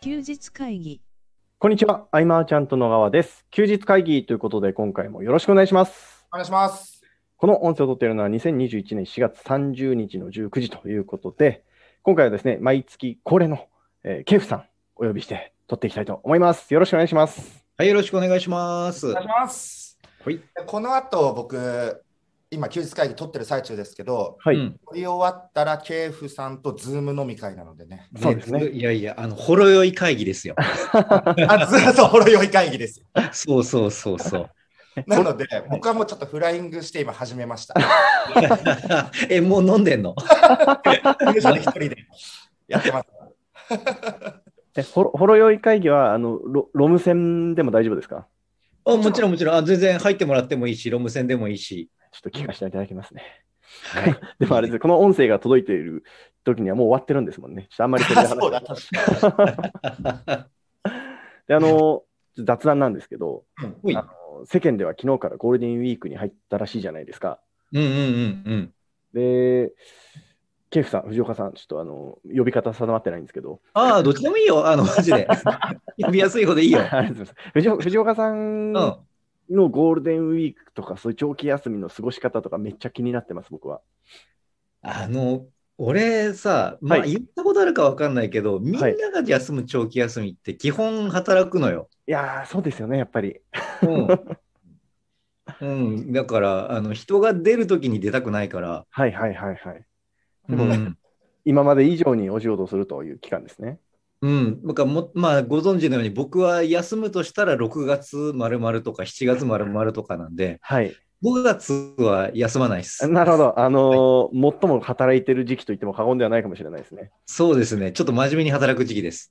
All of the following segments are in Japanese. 休日会議こんにちは、アイマーちゃんと野川です。休日会議ということで、今回もよろしくお願いします。お願いします。この音声を撮っているのは2021年4月30日の19時ということで、今回はですね、毎月恒例の、えー、ケイフさんお呼びして撮っていきたいと思います。よろしくお願いします。はい、よろしくお願いします。お願いします。はいこの後、僕、今、休日会議取ってる最中ですけど、はい、うん取り終わったら、ケイフさんとズーム飲み会なので ね。そうですね。いやいや、あの、ほろ酔い会 議ですよ。あ、ずーっとほろ酔い会議です。そうそうそうそう。 なので、僕はもうちょっとフライングして今始めました。え、もう飲んで んの入社で一人でやってます。えほろほろ酔い会議はあのロロム線でも大丈夫ですかあもちろんもちろんあ、全然入ってもらってもいいし、ロム線でもいいし。 ちょっと聞かせていただきますね。はい。 でもあれですこの音声が届いている時にはもう終わってるんですもんね。ちょっとあんまりそれで話そうだ確で、あの、ちょっと雑談なんですけど、うんほいあの世間では昨日からゴールデンウィークに入ったらしいじゃないですか。うんうんうんうん。で、ケイフさん、藤岡さん、ちょっとあの呼び方定まってないんですけど、ああ、どっちでもいいよ。あの、マジで。 呼びやすい方でいいよ。 ありがとうございます藤岡藤岡さんうん。のゴールデンウィークとか、そういう長期休みの過ごし方とか、めっちゃ気になってます、僕は。あの、俺さ、まあ、はい言ったことあるかわかんないけど、みんはいなが休む長期休みって基本働くのよ。いやー、そうですよね、やっぱり。うん。うん、だから、あの、人が出るときに出たくないから、はいはいはいはい。ううんん。今まで以上にお仕事をするという期間ですね。うん、僕はも、まあ、ご存知のように、僕は休むとしたら6月まるまるとか7月まるまるとかなんで、はい。 5月は休まないです。なるほど。あのー最も働いてる時期と言っても過言ではないかもしれないですね。そうですね。ちょっと真面目に働く時期です。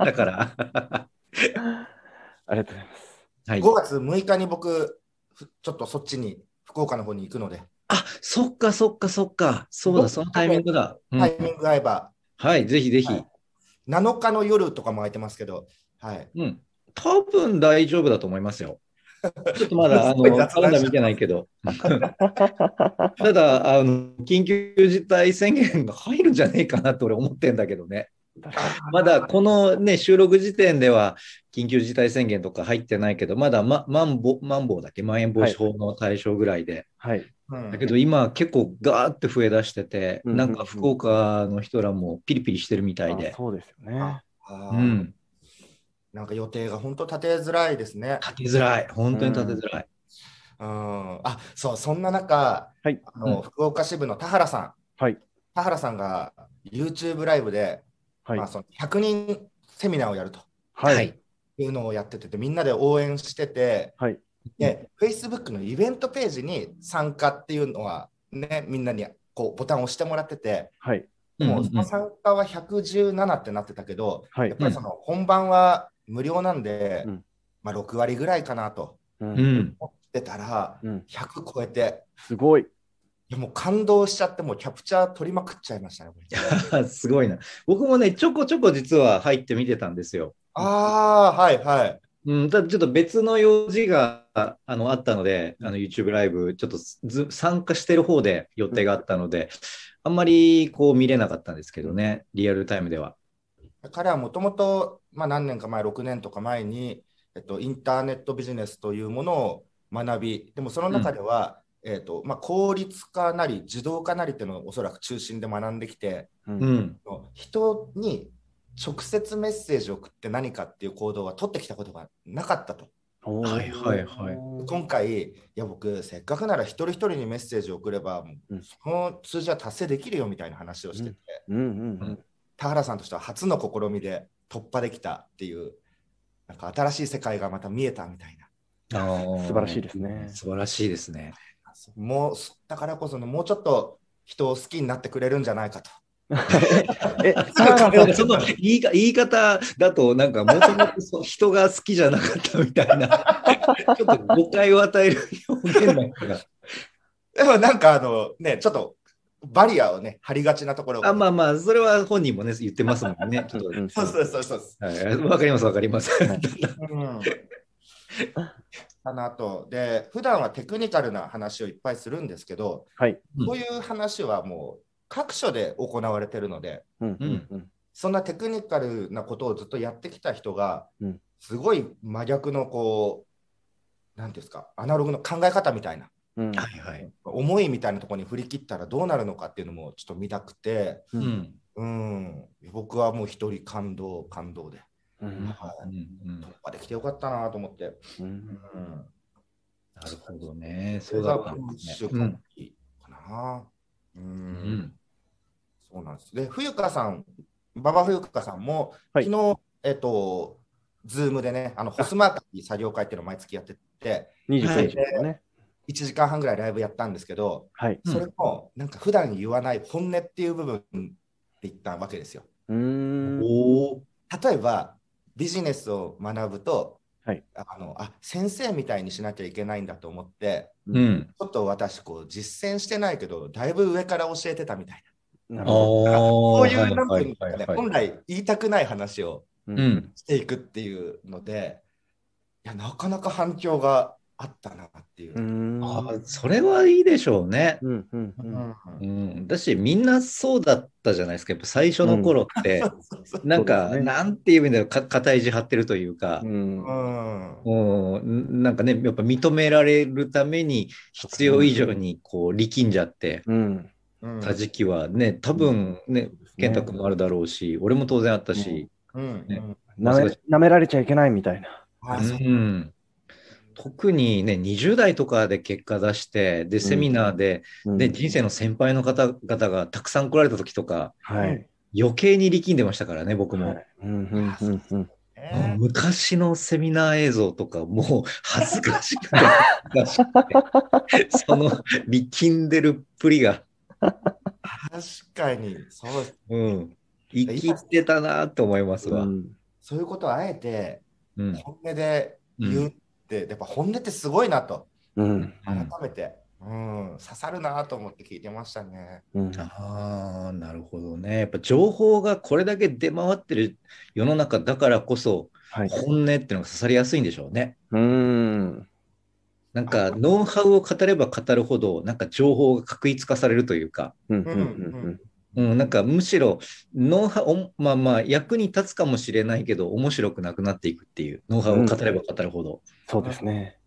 だから、ありがとうございます。はい。 5月6日に僕、ふちょっとそっちに、福岡の方に行くので、あ、そっかそっかそっか。そうだ、そのタイミングだ。うんタイミング合えば、はい、ぜひぜひ。はい7日の夜とかも空いてますけど、はい。うん。多分大丈夫だと思いますよ。ちょっとまだ、あすごいの、雑カ談レンダー見てないけど。ただ、あの、緊急事態宣言が入るんじゃねえかなと俺思ってんだけどね。まだこのね、収録時点では緊急事態宣言とか入ってないけど、まだま、まんぼ、まんぼうだっけ、まん延防止法の対象ぐらいで。はい。うんだけど今結構ガーって増え出してて、うんなんか福岡の人らもピリピリしてるみたいあで。そうですよね。あうーん。なんか予定が本当立てづらいですね。立てづらい。本当に立てづらい。うん、あそう、そんな中、はいあのうん福岡支部の田原さん、はい田原さんが YouTube ライブで、はいまあ、。その100人セミナーをやるとははいい。いうのをやってて、みんなで応援してて、はい。で Facebook のイベントページに参加っていうのは、ね、みんなにこうボタンを押してもらってて、はい。もううんその参加は117ってなってたけど、はやいっ。ぱりその本番は無料なんで、うんまあ、6割ぐらいかなとう。うんん。思ってたら、うん。 100超えて。すごい。いやもう感動しちゃって、もうキャプチャー取りまくっちゃいましたね。これ すごいな。僕もね、ちょこちょこ実は入って見てたんですよ。ああ、はいはい。うん、ただちょっと別の用事があのあったので、あの YouTube ライブ、ちょっとず参加してる方で予定があったので、あんまりこう見れなかったんですけどね、リアルタイムでは。彼はもともと、まあ、何年か前、6年とか前に、えっと、インターネットビジネスというものを学び、でもその中では、えっとまあ、効率化なり自動化なりっていうのをおそらく中心で学んできて、う。うんん。人に直接メッセージを送って何かっていう行動は取ってきたことがなかったと。おーはいはいはい今回、いや僕、せっかくなら一人一人にメッセージを送れば、もううんその数字は達成できるよみたいな話をしてて、うんうん田原さんとしては初の試みで突破できたっていう、なんか新しい世界がまた見えたみたいな。素素晴らしいですね素晴らしいで すね。もうだからこその、もうちょっと人を好きになってくれるんじゃないかと。 うん。え、田なん原かさそんの言いか言い方だと、なんかもともとそう人が好きじゃなかったみたい な、ちょっと誤解を与える表現だから。でもなんかあの、ね、ちょっとバリアをね、張りがちなところあまあまあ、それは本人もね、言ってますも んね。ちょっとうんそうそうそうそう。はいわかります、わかります。うん、かなと。で、普段はテクニカルな話をいっぱいするんですけど、はいうんこういう話はもう各所で行われてるので、うんうんうんそんなテクニカルなことをずっとやってきた人が、うんすごい真逆のこう、なんていうんですか、アナログの考え方みたいな、うん。はいはい。思いみたいなところに振り切ったらどうなるのかっていうのもちょっと見たくて、ううんん。うん、僕はもう一人感動、感動で、うんはうんうんい、突破できてよかったなと思って、うんうん、なるほどね。そそれうだがったん今です週ね。間うんかな。うんうんそうなんです。で、冬香さん、馬場冬香さんも、はい昨日、えっと、ズームでね、あのホスマーカー作業会っていうのを毎月やってて、 29日ですね。 1時間半ぐらいライブやったんですけど、はい。うんそれもなんか普段言わない本音っていう部分って言ったわけですよ。うーん。おお。例えば、ビジネスを学ぶと、はいあのあ先生みたいにしなきゃいけないんだと思って、うん。ちょっと私こう、実践してないけど、だいぶ上から教えてたみたいなな。ああ。るほここういうなんていうんですかね、本う来言いたくない話をど。ん。していくっていうので、いやなかなか反響があったなっていう。うーん。ああ、それはいいでしょうね。うんうんうん。うん、だし、みんなそうだったじゃないですか。やっぱ最初の頃って、なん そうか、ですねなんていう意味でか、固い字張ってるというかう、んうんうん、なんかね、やっぱ認められるために必要以上にこう力んじゃってうん。うんた時期はね、多分ね、健太君もあるだろうし、俺も当然あったし、うんねなめ舐められちゃいけないみたいな。あう、そうん特にね、20代とかで結果出して、で、セミナーで、うんで、人生の先輩の方々がたくさん来られた時とか、はい。余計に力んでましたからね、僕も。はいうんうんうんうん。もうね昔のセミナー映像とか、もう恥ずかしくて、恥ずかしくて、その力んでるっぷりが、確かにそうですうん、生きてたなと思いますわ。うんそういうことをあえてうん本音で言うって、やっぱ本音ってすごいなとうん改めて、うん刺さるなと思って聞いてましたね。うん。ああ、なるほどね。やっぱ情報がこれだけ出回ってる世の中だからこそ、はい。本音っていうのが刺さりやすいんでしょうね。うーん。なんか、ノウハウを語れば語るほど、なんか情報が確一化されるというか、うんうんうんうん、なんかむしろ、ノウハウ、おまあまあ、役に立つかもしれないけど、面白くなくなっていくっていう、ノウハウを語れば語るほど。そうですね。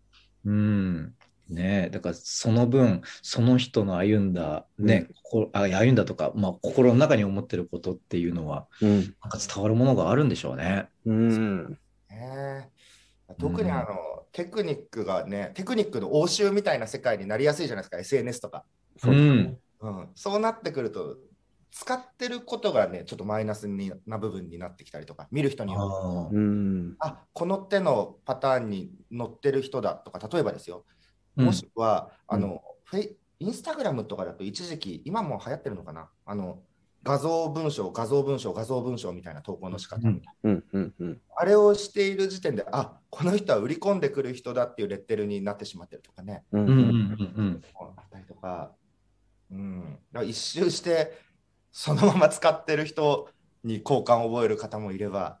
うん。ねえ、だからその分、その人の歩んだ、ね、心あ歩んだとか、まあ、心の中に思ってることっていうのは、うん。なんか伝わるものがあるんでしょうね。うん。ね特にあの、テクニックがねテクニックの応酬みたいな世界になりやすいじゃないですか SNS とか、そうですね。うん。そうなってくると使ってることがねちょっとマイナスにな部分になってきたりとか見る人にはあうあ、ん。あこの手のパターンに乗ってる人だとか例えばですようんもしくは、うんあの、フェイインスタグラムとかだと一時期、今も流行ってるのかなあの、画像文章、画像文章、画像文章みたいな投稿の仕方、うんうんうんうん。あれをしている時点で、あこの人は売り込んでくる人だっていうレッテルになってしまってるとかね、うんううんうんんうんあったりとか、うん、だから一周して、そのまま使ってる人に好感を覚える方もいれば、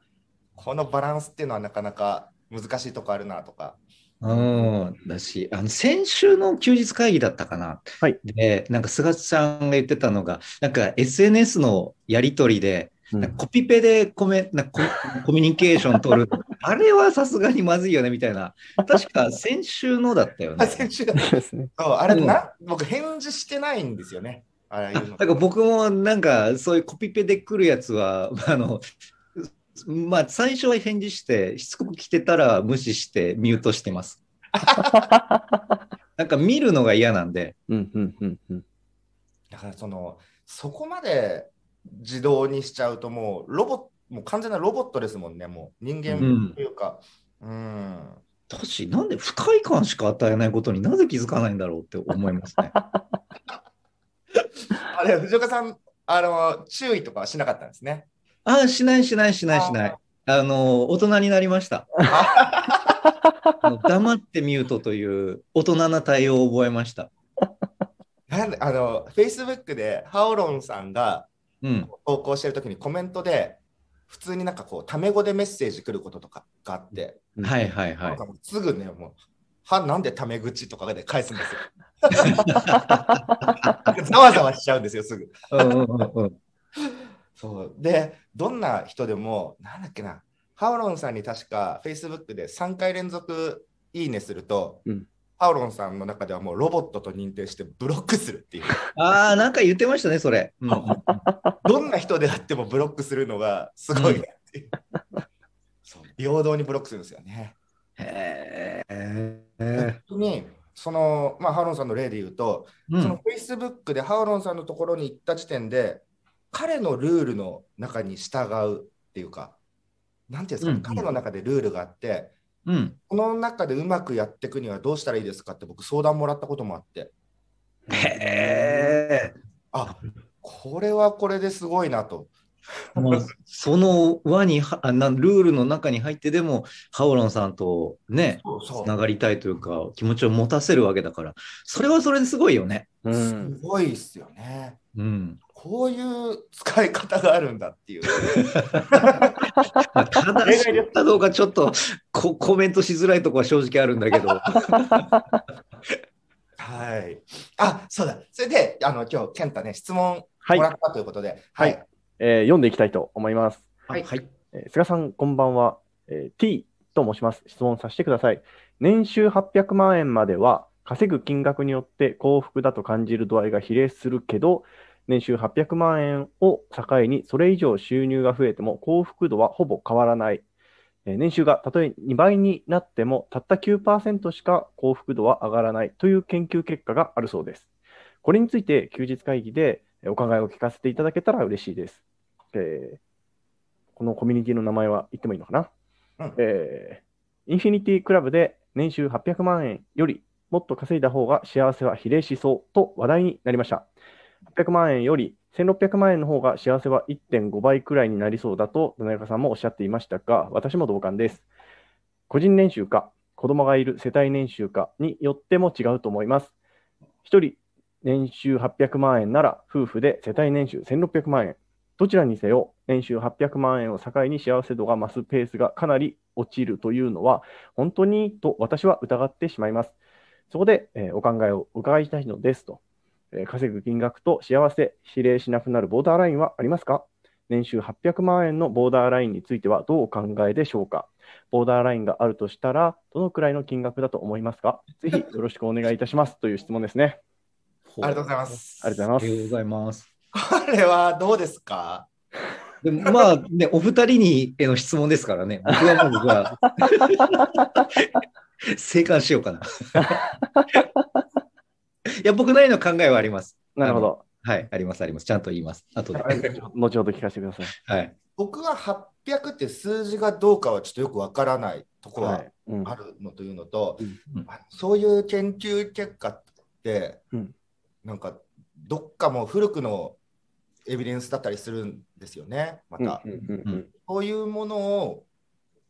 このバランスっていうのはなかなか難しいとこあるなとか。うん。うん、だし、あの、先週の休日会議だったかな。はいで、なんか、菅さんが言ってたのが、なんか、SNS のやりとりで、なんかコピペでコメなんかコ コミュニケーション取る。あれはさすがにまずいよね、みたいな。確か、先週のだったよあね。先週だそうですね。 そうあれうんな、僕、返事してないんですよね。ああいうの。なんか僕もなんかそういうコピペで来るやつは、 あの、まあ最初は返事して、しつこく来てたら無視してミュートして ます。なんか見るのが嫌なんで、うんうんうんうん。だからその、そこまで自動にしちゃうと、もうロボもう完全なロボットですもんね、もう人うん間というか、うん、だし、なんで不快感しか与えないことになぜ気づかないんだろうって思いますね。あれ、藤岡さん、あの、注意とかはしなかったんですね。ああ、しないしないしないしない。あの、大人になり ました。あの黙ってミュートという大人な対応を覚えました。なんであの、Facebook でハオロンさんがうん。投稿してるときにコメントで、普通になんかこう、タメ語でメッセージ来ることとかがあって、はいはいはないん。かもうすぐね、もう、は、なんでタメ口とかで返すんですよ。ざわざわしちゃうんですよ、すぐ。うんうんうんうん。そうで、どんな人でも、なんだっけな、ハオロンさんに確か Facebook で3回連続いいねすると、うんハオロンさんの中ではもうロボットと認定してブロックするっていう、ああ、なんか言ってましたね、それ。うんうん うんどんな人であってもブロックするのがすごいなっていう、そう平等にブロックするんですよね。へ本え。当にその、まあ、ハオロンさんの例で言うと、うんそのフェイスブックでハオロンさんのところに行った時点で、彼のルールの中に従うっていうか、なんていうんですか、ねうんうん彼の中でルールがあって、うん。この中でうまくやっていくにはどうしたらいいですかって僕相談もらったこともあって、へえ。あこれはこれですごいなと。もうその輪にはあな、ルールの中に入ってでも、ハオロンさんとね、そうつそなうがりたいというか、気持ちを持たせるわけだから、それはそれですごいよね。うすん。ごいですよね。うん。こういう使い方があるんだっていう。まあ、ただ、例外ですかどうかちょっとこコメントしづらいとこは正直あるんだ けど。はい。あ、そうだ。それで、あの、今日、健太ね、質問はいもらったということで、ははいい。えー読んでいきたいと思います。はい。はい。えー菅さん、こんばんは、えー T と申します。質問させてください。年収800万円までは稼ぐ金額によって幸福だと感じる度合いが比例するけど、年収800万円を境にそれ以上収入が増えても幸福度はほぼ変わらない。えー年収がたとえ2倍になってもたった9%しか幸福度は上がらないという研究結果があるそうです。これについて休日会議でえーお考えを聞かせていただけたら嬉しいです。えーこのコミュニティの名前は言ってもいいのかな、うんえーインフィニティクラブで年収800万円よりもっと稼いだ方が幸せは比例しそうと話題になりました。800万円より1600万円の方が幸せは1.5倍くらいになりそうだと、田中さんもおっしゃっていましたが、私も同感です。個人年収か、子供がいる世帯年収かによっても違うと思います。1人年収800万円なら、夫婦で世帯年収1600万円、どちらにせよ、年収800万円を境に幸せ度が増すペースがかなり落ちるというのは、本当にと私は疑ってしまいます。そこで、えーお考えを伺いたいのですと、えー稼ぐ金額と幸せ、比例しなくなるボーダーラインはありますか年収800万円のボーダーラインについてはどうお考えでしょうかボーダーラインがあるとしたら、どのくらいの金額だと思いますかぜひよろしくお願いいたしますという質問ですね。ありがとうございま。す。ありがうとうござありいまがとうごす。ざいます。これはどうですかでもまあね、お二人にへの質問ですからね、僕はもう僕は 生還しよう かな。いや、僕なりの考えはあります。なるほど。はい、あります、あります。ちゃんと言います。後で。後ほど聞かせてください。はい。僕は800って数字がどうかはちょっとよくわからないとこはうんあるのというのと、うんうんあのそういう研究結果って、うんなんかどっかもう古くのエビデンスだったりするんですよね、また。うんうんうんうんそういうものを、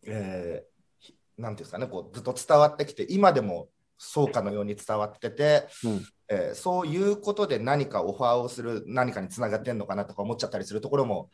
えーひなんていうんですかね、こうずっと伝わってきて、今でもそうかのように伝わってて、うんえーそういうことで何かオファーをする、何かにつながってんのかなとか思っちゃったりするところも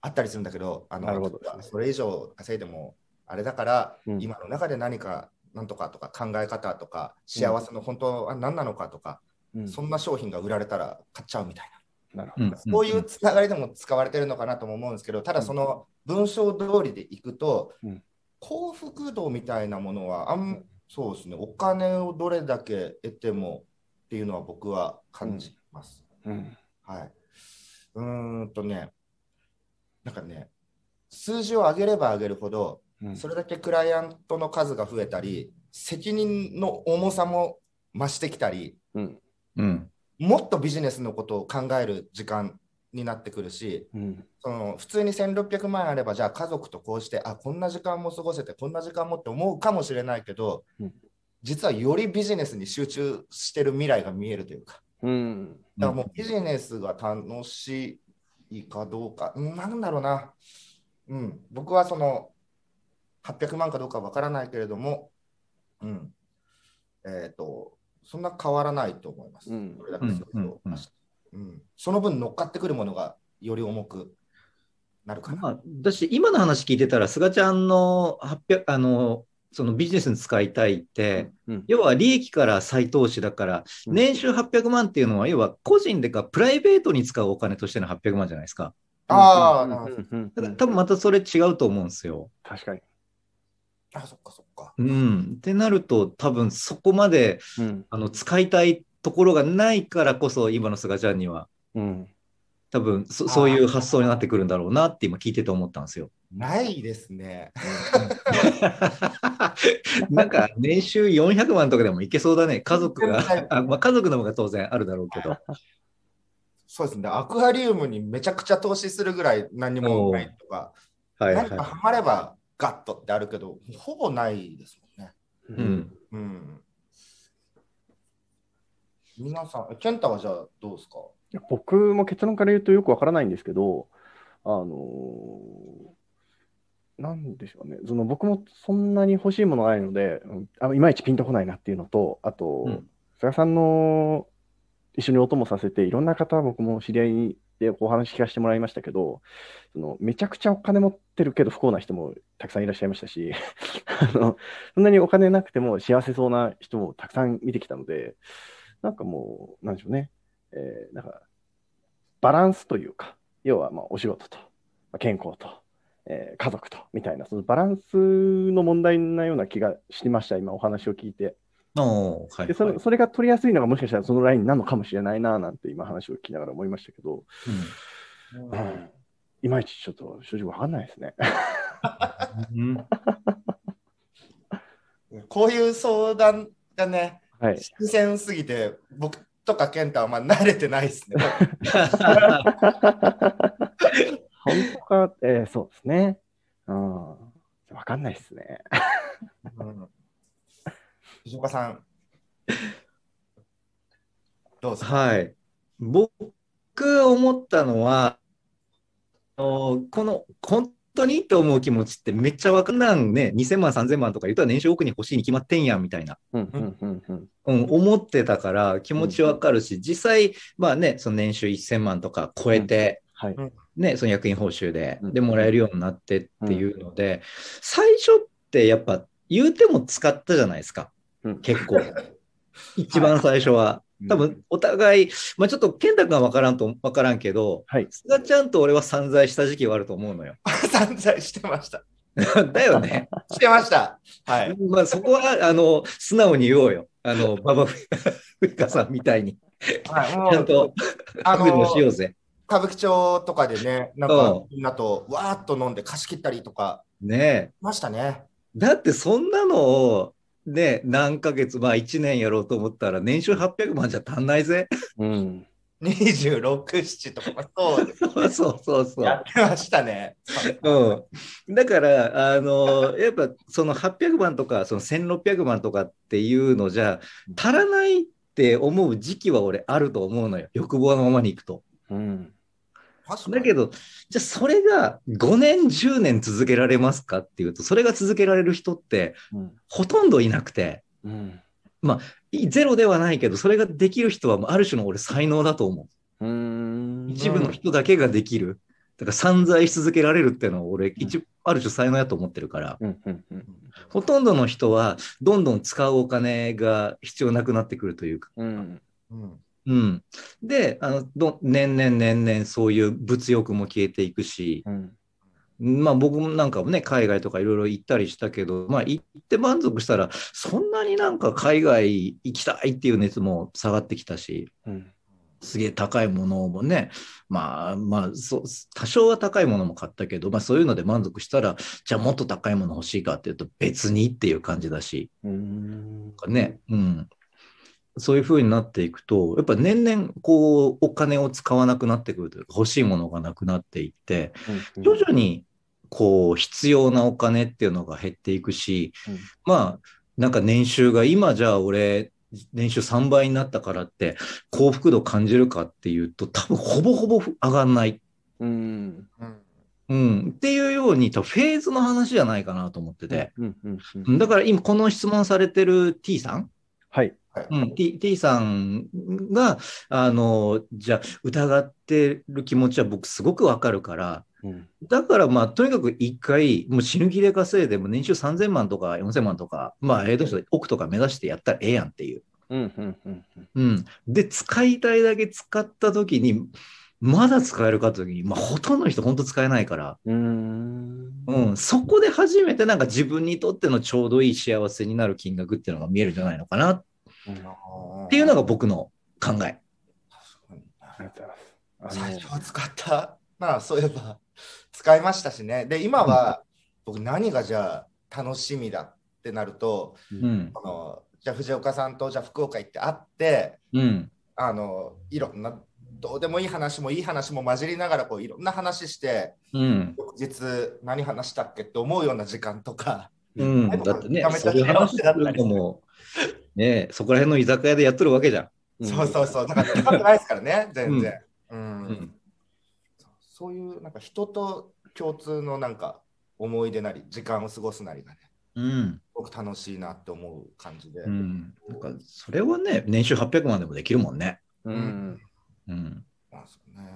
あったりするんだけど、あのなるほどそれ以上稼いでもあれだから、うん今の中で何か、なんとかとか考え方とか、幸せの本当は何なのかとか、うんそんな商品が売られたら買っちゃうみたいな。なるほうど。んそういうつながりでも使われてるのかなとも思うんですけど、ただその文章通りでいくと、うん幸福度みたいなものはあん、そうですね、お金をどれだけ得てもっていうのは僕は感じます。うんはい、うーんとね、なんかね、数字を上げれば上げるほど、うんそれだけクライアントの数が増えたり、責任の重さも増してきたり、うんうん。もっとビジネスのことを考える時間になってくるし、うんその普通に1600万円あれば、じゃあ家族とこうして、あこんな時間も過ごせて、こんな時間もって思うかもしれないけど、うん実はよりビジネスに集中してる未来が見えるというか、うんだからもうビジネスが楽しいかどうか、うんなんだろうな、うん、僕はその800万かどうかわからないけれども、うんえー、とそんな変わらないと思います。うんそれだけですようんうんうんその分乗っかってくるものがより重くなるかな。まあ、だし、今の話聞いてたら、菅ちゃんの800、あの、そのビジネスに使いたいって、うん要は利益から再投資だから、うん年収800万っていうのは、要は個人でか、プライベートに使うお金としての800万じゃないですか。ああ、なるほどうんうんたうだん多分またそれ違うと思うんですよ。確かに。あ、そっかそっか。うん。ってなると、多分そこまでうん。あの使いたいところがないからこそ、今の菅ちゃんには、うん。多分そあーそういう発想になってくるんだろうなって今聞いてて思ったんですよ。 ないですね。 なんか年収400万とかでもいけそうだね。家族がはい、 あまあ、家族の方が当然あるだろうけど。そうですね。アクアリウムにめちゃくちゃ投資するぐらい何もないとか、はいは何い。かハマればガッとってあるけど、ほぼないですもんね。ううんん。うん。皆さん、健太はじゃあどうですかいや僕も結論から言うとよくわからないんですけど、あのーなんでしょうね、その僕もそんなに欲しいものがないので、うんあいまいちピンとこないなっていうのと、あと、うん菅さんの一緒にお供させて、いろんな方、僕も知り合いでお話聞かせてもらいましたけど、そのめちゃくちゃお金持ってるけど不幸な人もたくさんいらっしゃいましたし、 あのそんなにお金なくても幸せそうな人もたくさん見てきたので、なんかもう、なんでしょうね、えーなんかバランスというか、要はまあお仕事と、まあ健康と、えー家族とみたいな、そのバランスの問題なような気がしました、今お話を聞いて。おーはいでそはいのそれが取りやすいのがもしかしたらそのラインなのかもしれないななんて今話を聞きながら思いましたけど、うんいまいちちょっと正直わかんないですね。うんうんこういう相談がね、はい、新鮮すぎて、僕とか健太はまあ慣れてないです ね。本当か、えーそうですね。うん、わかんないですね。うん藤岡さん、どうですかはい。僕思ったのは、あのこの本当にと思う気持ちってめっちゃわかんないね。2000万、3000万とか言ったら年収億に欲しいに決まってんやんみたいな。うんうんうんうんうん、思ってたから気持ちわかるし、実際、まあね、その年収1000万とか超えて、はい、ね、その役員報酬で、うんで、もらえるようになってっていうので、最初ってやっぱ言うても使ったじゃないですかうん。結構。一番最初は。多分、お互い、まあちょっと、健太君は分からんと、分からんけど、はい、菅ちゃんと俺は散財した時期はあると思うのよ。 散々してました。だよね。してました。 はい。まあそこは、あの、素直に言おうよ。あの、馬場ふふいかさんみたいに。はい、ちゃもんう、と、あアのクもしようぜ。歌舞伎町とかでね、なんうかん、みんなとわーっと飲んで貸し切ったりとか、ねえ。ましたね。だってそんなのを、ね、何ヶ月、まあ1年やろうと思ったら、年収800万じゃ足んないぜ。 うん、 26、7とか、そうです。そうそうそう。やってましたね。うん、だから、あのやっぱその800万とかその1600万とかっていうのじゃ足らないって思う時期は俺あると思うのよ欲望のままにいくと。うん、だけど、どじゃあそれが5年10年続けられますかっていうとそれが続けられる人ってうん、ほとんどいなくてうん、いゼロではないけどそれができる人はある種の俺才能だと思う、うん一部の人だけができるだから散財し続けられるっていうのは俺一ある種才能だと思ってるから。うん、うん、うん、ほとんどの人はどんどん使うお金が必要なくなってくるというか。うん、うんうん、であのど年々年々そういう物欲も消えていくし、うん、まあ、僕もなんかもね海外とかいろいろ行ったりしたけど、まあ、行って満足したらそんなになんか海外行きたいっていう熱も下がってきたしうん、すげえ高いものもねまあまあそう多少は高いものも買ったけど、まあ、そういうので満足したらじゃあもっと高いもの欲しいかっていうと別にっていう感じだし。うんかね、うん、そういう風になっていくと、やっぱ年々こうお金を使わなくなってくるというか、欲しいものがなくなっていって、徐々にこう必要なお金っていうのが減っていくし、うんまあなんか年収が今じゃあ俺年収3倍になったからって幸福度感じるかっていうと多分ほぼほぼ上がんない、うん、うんうん、っていうように多分フェーズの話じゃないかなと思ってて、うん、うん、ううんん、だから今この質問されてる T さんはい、うん、T, T さんが、あの、じゃあ、疑ってる気持ちは僕すごくわかるから、うん、だからまあ、とにかく一回、もう死ぬ気で稼いで、もう年収3000万とか4000万とか、まあ、ええとして億とか目指してやったらええやんっていう。うん、うん、うん、うん。で、使いたいだけ使った時に、まだ使えるかという時に、まあ、ほとんどの人本当使えないから、うーん。うん、そこで初めてなんか自分にとってのちょうどいい幸せになる金額っていうのが見えるんじゃないのかなっっていうのが僕の考え。ありがとうございます。あ最の初は使った、まあそういえば使いましたしね。で、今は僕何がじゃあ楽しみだってなると、うん。あのじゃあ藤岡さんとじゃあ福岡行って会って、うん。あのいろんなどうでもいい話もいい話も混じりながらこういろんな話して、うん。翌日何話したっけって思うような時間とか、うん。はいだってねや、めちそゃういうくちゃ楽話しすかったるですのも、ねそこら辺の居酒屋でやっとるわけじゃん。そうそうそう、なんか高くないですからね、全然。うんうんそうそういうなんか人と共通のなんか思い出なり、時間を過ごすなりがね、うん。すごく楽しいなって思う感じで。うん。なんか、それはね、年収800万でもできるもんね。う。うん。うん。なんですよね。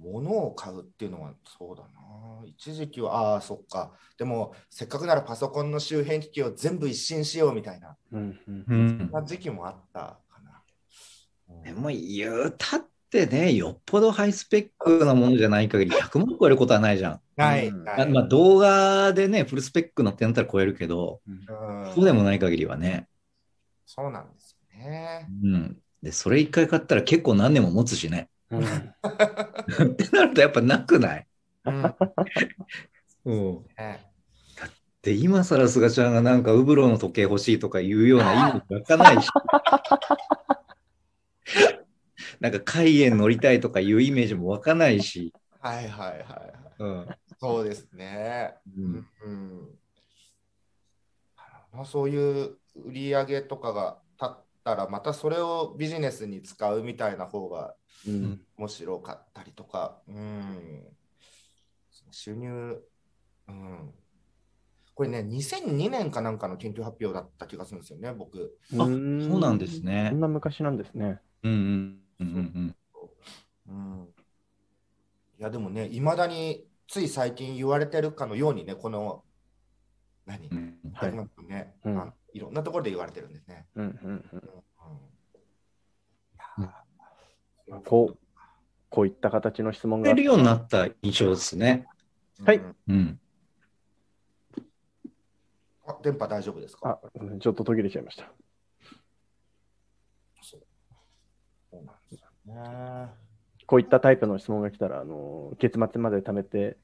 物を買うっていうのはそうだな。一時期は、ああ、そっか。でも、せっかくならパソコンの周辺機器を全部一新しようみたいなうん。うんうんそんな時期もあったかな。うんでも言うたってね、よっぽどハイスペックなものじゃない限り100万超えることはないじゃん。ない、うんない。あまあ動画でね、フルスペックのってなったら超えるけど、うんそうでもない限りはね。そうなんですよね。うん。で、それ一回買ったら結構何年も持つしね。うんってなるとやっぱなくないうんうん。ねで、今更すがちゃんがなんかウブロの時計欲しいとか言うような意味湧か ないし。なんか海縁乗りたいとかいうイメージも湧かないし。はいはいはいはい。うん。そうですね。うん。うん。まあ、そういう売り上げとかが立ったら、またそれをビジネスに使うみたいな方がうん。面白かったりとか、うん。収入、うん。これね、2002年かなんかの研究発表だった気がするんですよね、僕。そあそうなんですねそんな昔なんですね。うんうんうんううんん。いや、でもね、いまだについ最近言われてるかのようにね、この、何う、ん。はい100万とね、うんあのいろんなところで言われてるんですね。うんうんうんうんいやーまあこう、こういった形の質問がやれ。るようになった印象ですね。うんはいうん。あ電波大丈夫ですかあ、うんちょっと途切れちゃいました。そうなんですよね。こういったタイプの質問が来たら、あのー月末まで貯めて、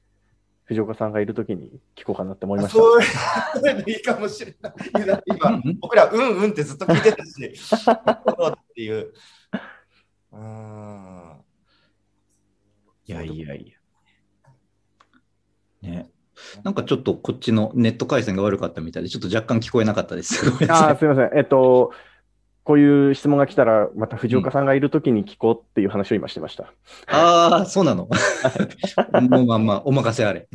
藤岡さんがいるときに聞こうかなって思いました。そういうのいいかもしれない。だって今、僕ら、うん うんってずっと聞いてたし、 そうっていう。うーん。いやいやいや。ね。なんかちょっとこっちのネット回線が悪かったみたいで、ちょっと若干聞こえなかったです。ごめんなあさーすみません。えっと、こういう質問が来たら、また藤岡さんがいるときに聞こうっていう話を今してました。いああ、そうなの。 もうまあまあ、お任せあれ。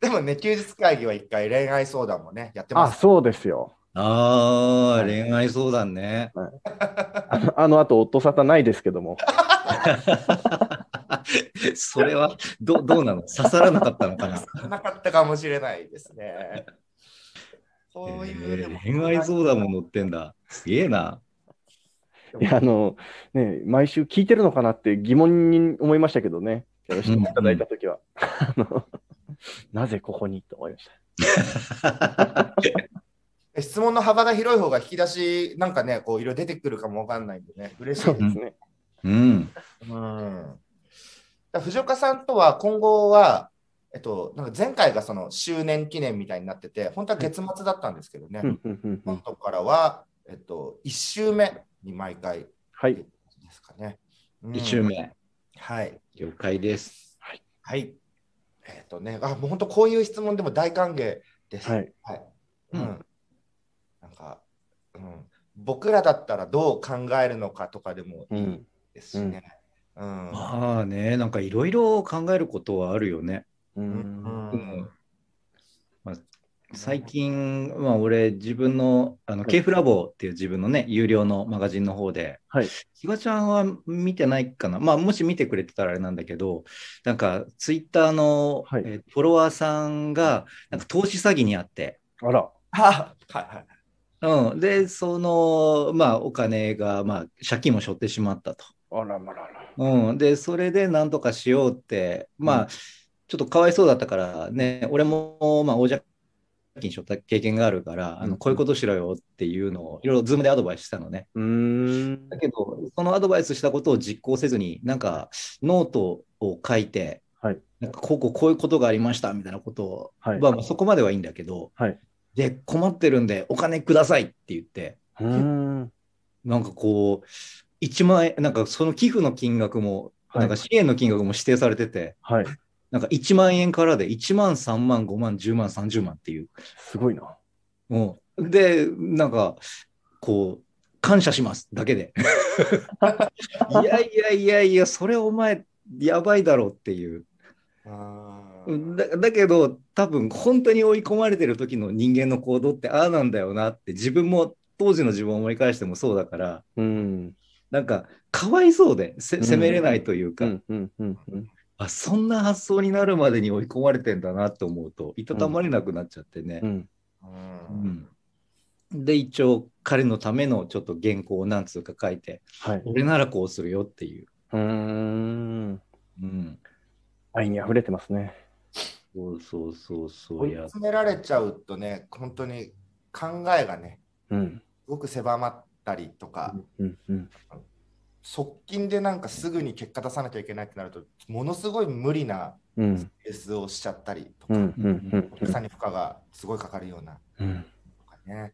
でもね、休日会議は一回恋愛相談もね、やってまあ、す。そうですよ。ああ、恋愛相談ね。 あのあの後、夫沙汰ないですけども。それはど、どうなの刺さらなかったのか な。なかったかもしれないですね。そういう、えー恋愛相談も載ってんだ。すげえな。 いや、あの、ね、毎週聞いてるのかなって疑問に思いましたけどね。やらせていただいたときは。 あのなぜここにと思いました。 質問の幅が広い方が引き出しなんかね、こういろいろ出てくるかもわかんないんでね、嬉しいそうでですね。うん。す。うん。だから藤岡さんとは今後は、えっと、なんか前回がその周年記念みたいになってて、本当は月末だったんですけどね、うんうんうんうん今度からは、えっと、1週目に毎回ではい。すかね。うん一周。目。はい。了解です。はい。えっとね、あ、もう本当こういう質問でも大歓迎です。はい。はい。ううんん。なんか、うん、僕らだったらどう考えるのかとかでもういいん。ですしね。うん。まあね、なんかいろいろ考えることはあるよね。ううんん。うんまあ、最近、まあ、俺自分のあのケーフラボっていう自分のね有料のマガジンの方で、はいひがちゃんは見てないかな、まあ、もし見てくれてたらあれなんだけどなんかツイッターの、はいえーフォロワーさんがなんか投資詐欺にあって、あら。あはいはい。うん、でその、まあ、お金が、まあ、借金も背負ってしまったと。あらまらら。うん、で、それでなんとかしようって、まあ、ちょっとかわいそうだったから、ね、俺も、まあ、王者金しょった経験があるから、あうんのこういうことしろよっていうのを、いろいろズームでアドバイスしたのね。うーんだ。けど、そのアドバイスしたことを実行せずに、なんか、ノートを書いて、はいなんかこうこうこういうことがありましたみたいなことを、はい。まあ、もうそこまではいいんだけど、はいで、困ってるんで、お金くださいって言って、うーん。なんかこう、1万円、なんかその寄付の金額も、はないんか支援の金額も指定されてて、はい。なんか1万円からで1万、3万、5万、10万、30万っていう。すごいな。うん、で、なんか、こう、感謝しますだけで。いやいやいやいや、それお前、やばいだろうっていう。あーだだけど、多分本当に追い込まれてる時の人間の行動ってああなんだよなって、自分も、当時の自分を思い返してもそうだから、うん。なんか、かわいそうで、せうん責めれないといううか、んうんうんうん。あ、そんな発想になるまでに追い込まれてんだなと思うと、いたたまれなくなっちゃってね。うん。うんで一応彼のためのちょっと原稿を何通か書いてはい。俺ならこうするよっていう、うーん。うん、愛に溢れてますね。そうそうそうそ追ういや詰められちゃうとね、本当に考えがね、うん。すごく狭まったりとか、うんうん。側近でなんかすぐに結果出さなきゃいけないってなると、ものすごい無理なうん。レスをしちゃったりとうか、んうんうんお客さんに負荷がすごいかかるようなうん。とかね。うん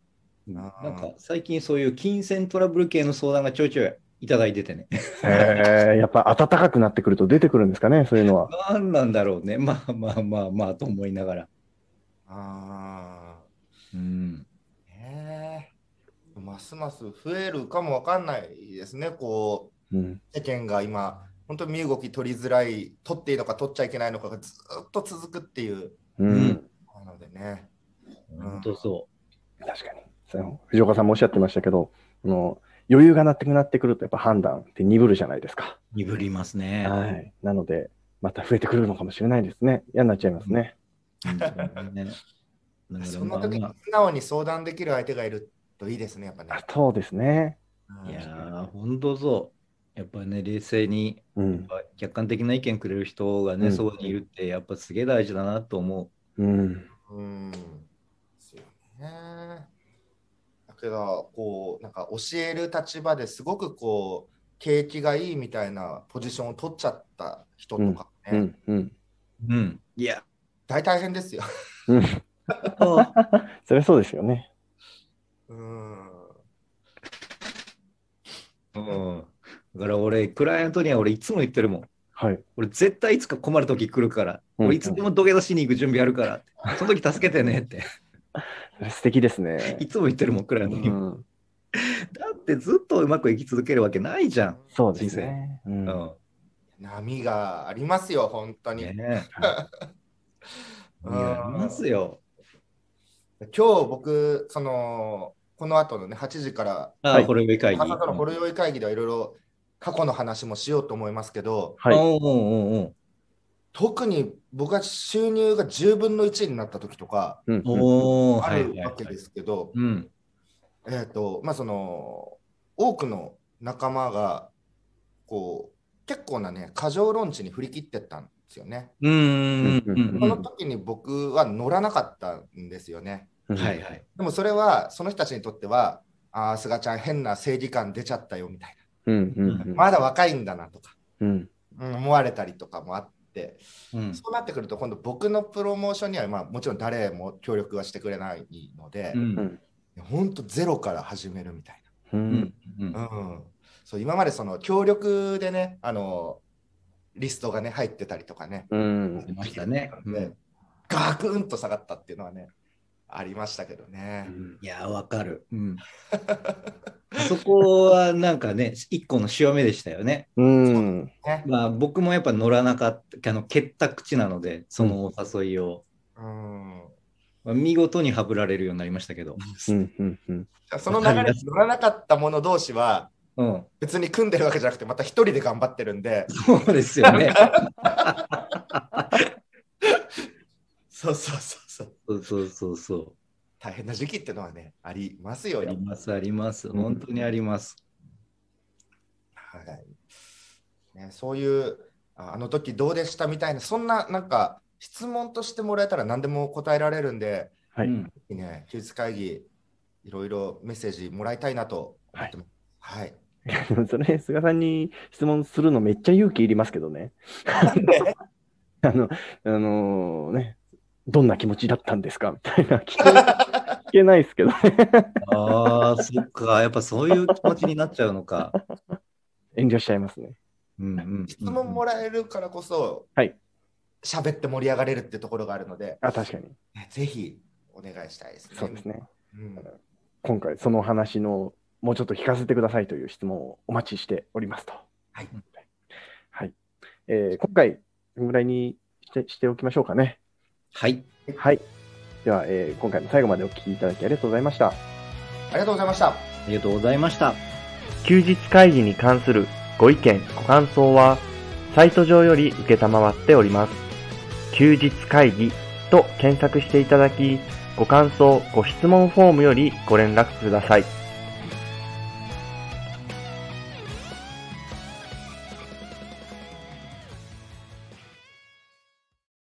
なんあーか最近そういう金銭トラブル系の相談がちょいちょいいただいててねえー、やっぱ暖かくなってくると出てくるんですかね、そういうのは。何なんだろうねまあまあまあまあと思いながら、あうん、ーねえますます増えるかもわかんないですね、こうん。う世間が今、本当に身動き取りづらい、取っていいのか取っちゃいけないのかがずっと続くっていううん。なのでね。本当そ確かに。その藤岡さんもおっしゃってましたけど、あの余裕がなくなってくると、やっぱ判断って鈍るじゃないですか。う鈍りますね、はい。なので、また増えてくるのかもしれないですね。嫌になっちゃいますね。うんだからねそんな時にまあま素直に相談できる相手がいるといいですね、やっぱねあ。そうですね。あいやー本当そうやっぱね冷静にうん。客観的な意見くれる人がね、うんそばにいるってやっぱすげえ大事だなと思うん。うん。ですよね。だけど、こう、なんか教える立場ですごくこう、景気がいいみたいなポジションを取っちゃった人とかね、うん。うん。う。うん。いや。大大変ですよ。うん。あそりゃそうですよね。うん。うん。だから俺、クライアントには俺いつも言ってるもん。はい。俺絶対いつか困る時来るから。うん俺いつでも土下座しに行く準備あるから。その時助けてねって。 それ素敵ですねい。つも言ってるもん、クライアンうトにも。ん。だってずっとうまくいき続けるわけないじゃん。そうですね。う。うんん。波がありますよ、本当に。ねえ。うんいや、ありますよ。今日僕、その、この後のね、8時から、あ、はいほろ酔い会議。朝のほろ酔い会議ではいろいろ過去の話もしようと思いますけど、はい。おうおうおう特に僕が収入が10分の1になった時とかうんおうんう。おおあはいるはいはわいけですけど、うん。えっと、まあその、多くの仲間が、こう、結構なね、過剰論知に振り切ってったんですよね。うんうんうんううんん。その時に僕は乗らなかったんですよね。うんはいはい。でもそれは、その人たちにとっては、ああ、菅ちゃん変な正義感出ちゃったよみたいうんうんな、まだ若いんだなとか、うん。うん思われたりとかもあって、うんそうなってくると、今度僕のプロモーションには、まあ、もちろん誰も協力はしてくれないのでう、んうん。本当ゼロから始めるみたいうん。うんな。うん、そう今までその協力でね、あのリストがね入ってたりとかね、うん。出ましたね。でガクンと下がったっていうのはね、ありましたけどね。いやー、わかる。 あそこはなんかね、一個の潮目でしたよね。うん。ねまあ、僕もやっぱ乗らなかった、あの、蹴った口なので、そのお誘いを。うん、まあ見事にはぶられるようになりましたけど。うんうんうん。その流れに乗らなかった者同士は、うん。別に組んでるわけじゃなくて、また一人で頑張ってるんで、そうですよ ね。そうそうそうそう、そうそうそうそ大変な時期ってのはね、ありますよ、う。あやっぱります、あります。本当にあります。はい。ね、そういうああの時どうでしたみたいなそんななんか質問としてもらえたら何でも答えられるんで、はいうんね、休日会議いろいろメッセージもらいたいなと思ってます。はい、それ、菅さんに質問するのめっちゃ勇気いりますけどね。あの、あのね、どんな気持ちだったんですかみたいな聞け、聞けないですけどね、ああ、そっか。やっぱそういう気持ちになっちゃうのか。遠慮しちゃいますね。うんうんうんうん質問もらえるからこそ、はい喋って盛り上がれるってところがあるので、あ、確かに。ねぜひお願いしたいですね。そうですね。うん今回、その話の、もうちょっと聞かせてくださいという質問をお待ちしておりますと。はい。はい。えー今回、このぐらいにしてしておきましょうかね。はい。はい。では、えー今回も最後までお聞きいただきありがとうございました。ありがとうございました。ありがとうございました。休日会議に関するご意見、ご感想は、サイト上より受けたまわっております。休日会議と検索していただき、ご感想、ご質問フォームよりご連絡ください。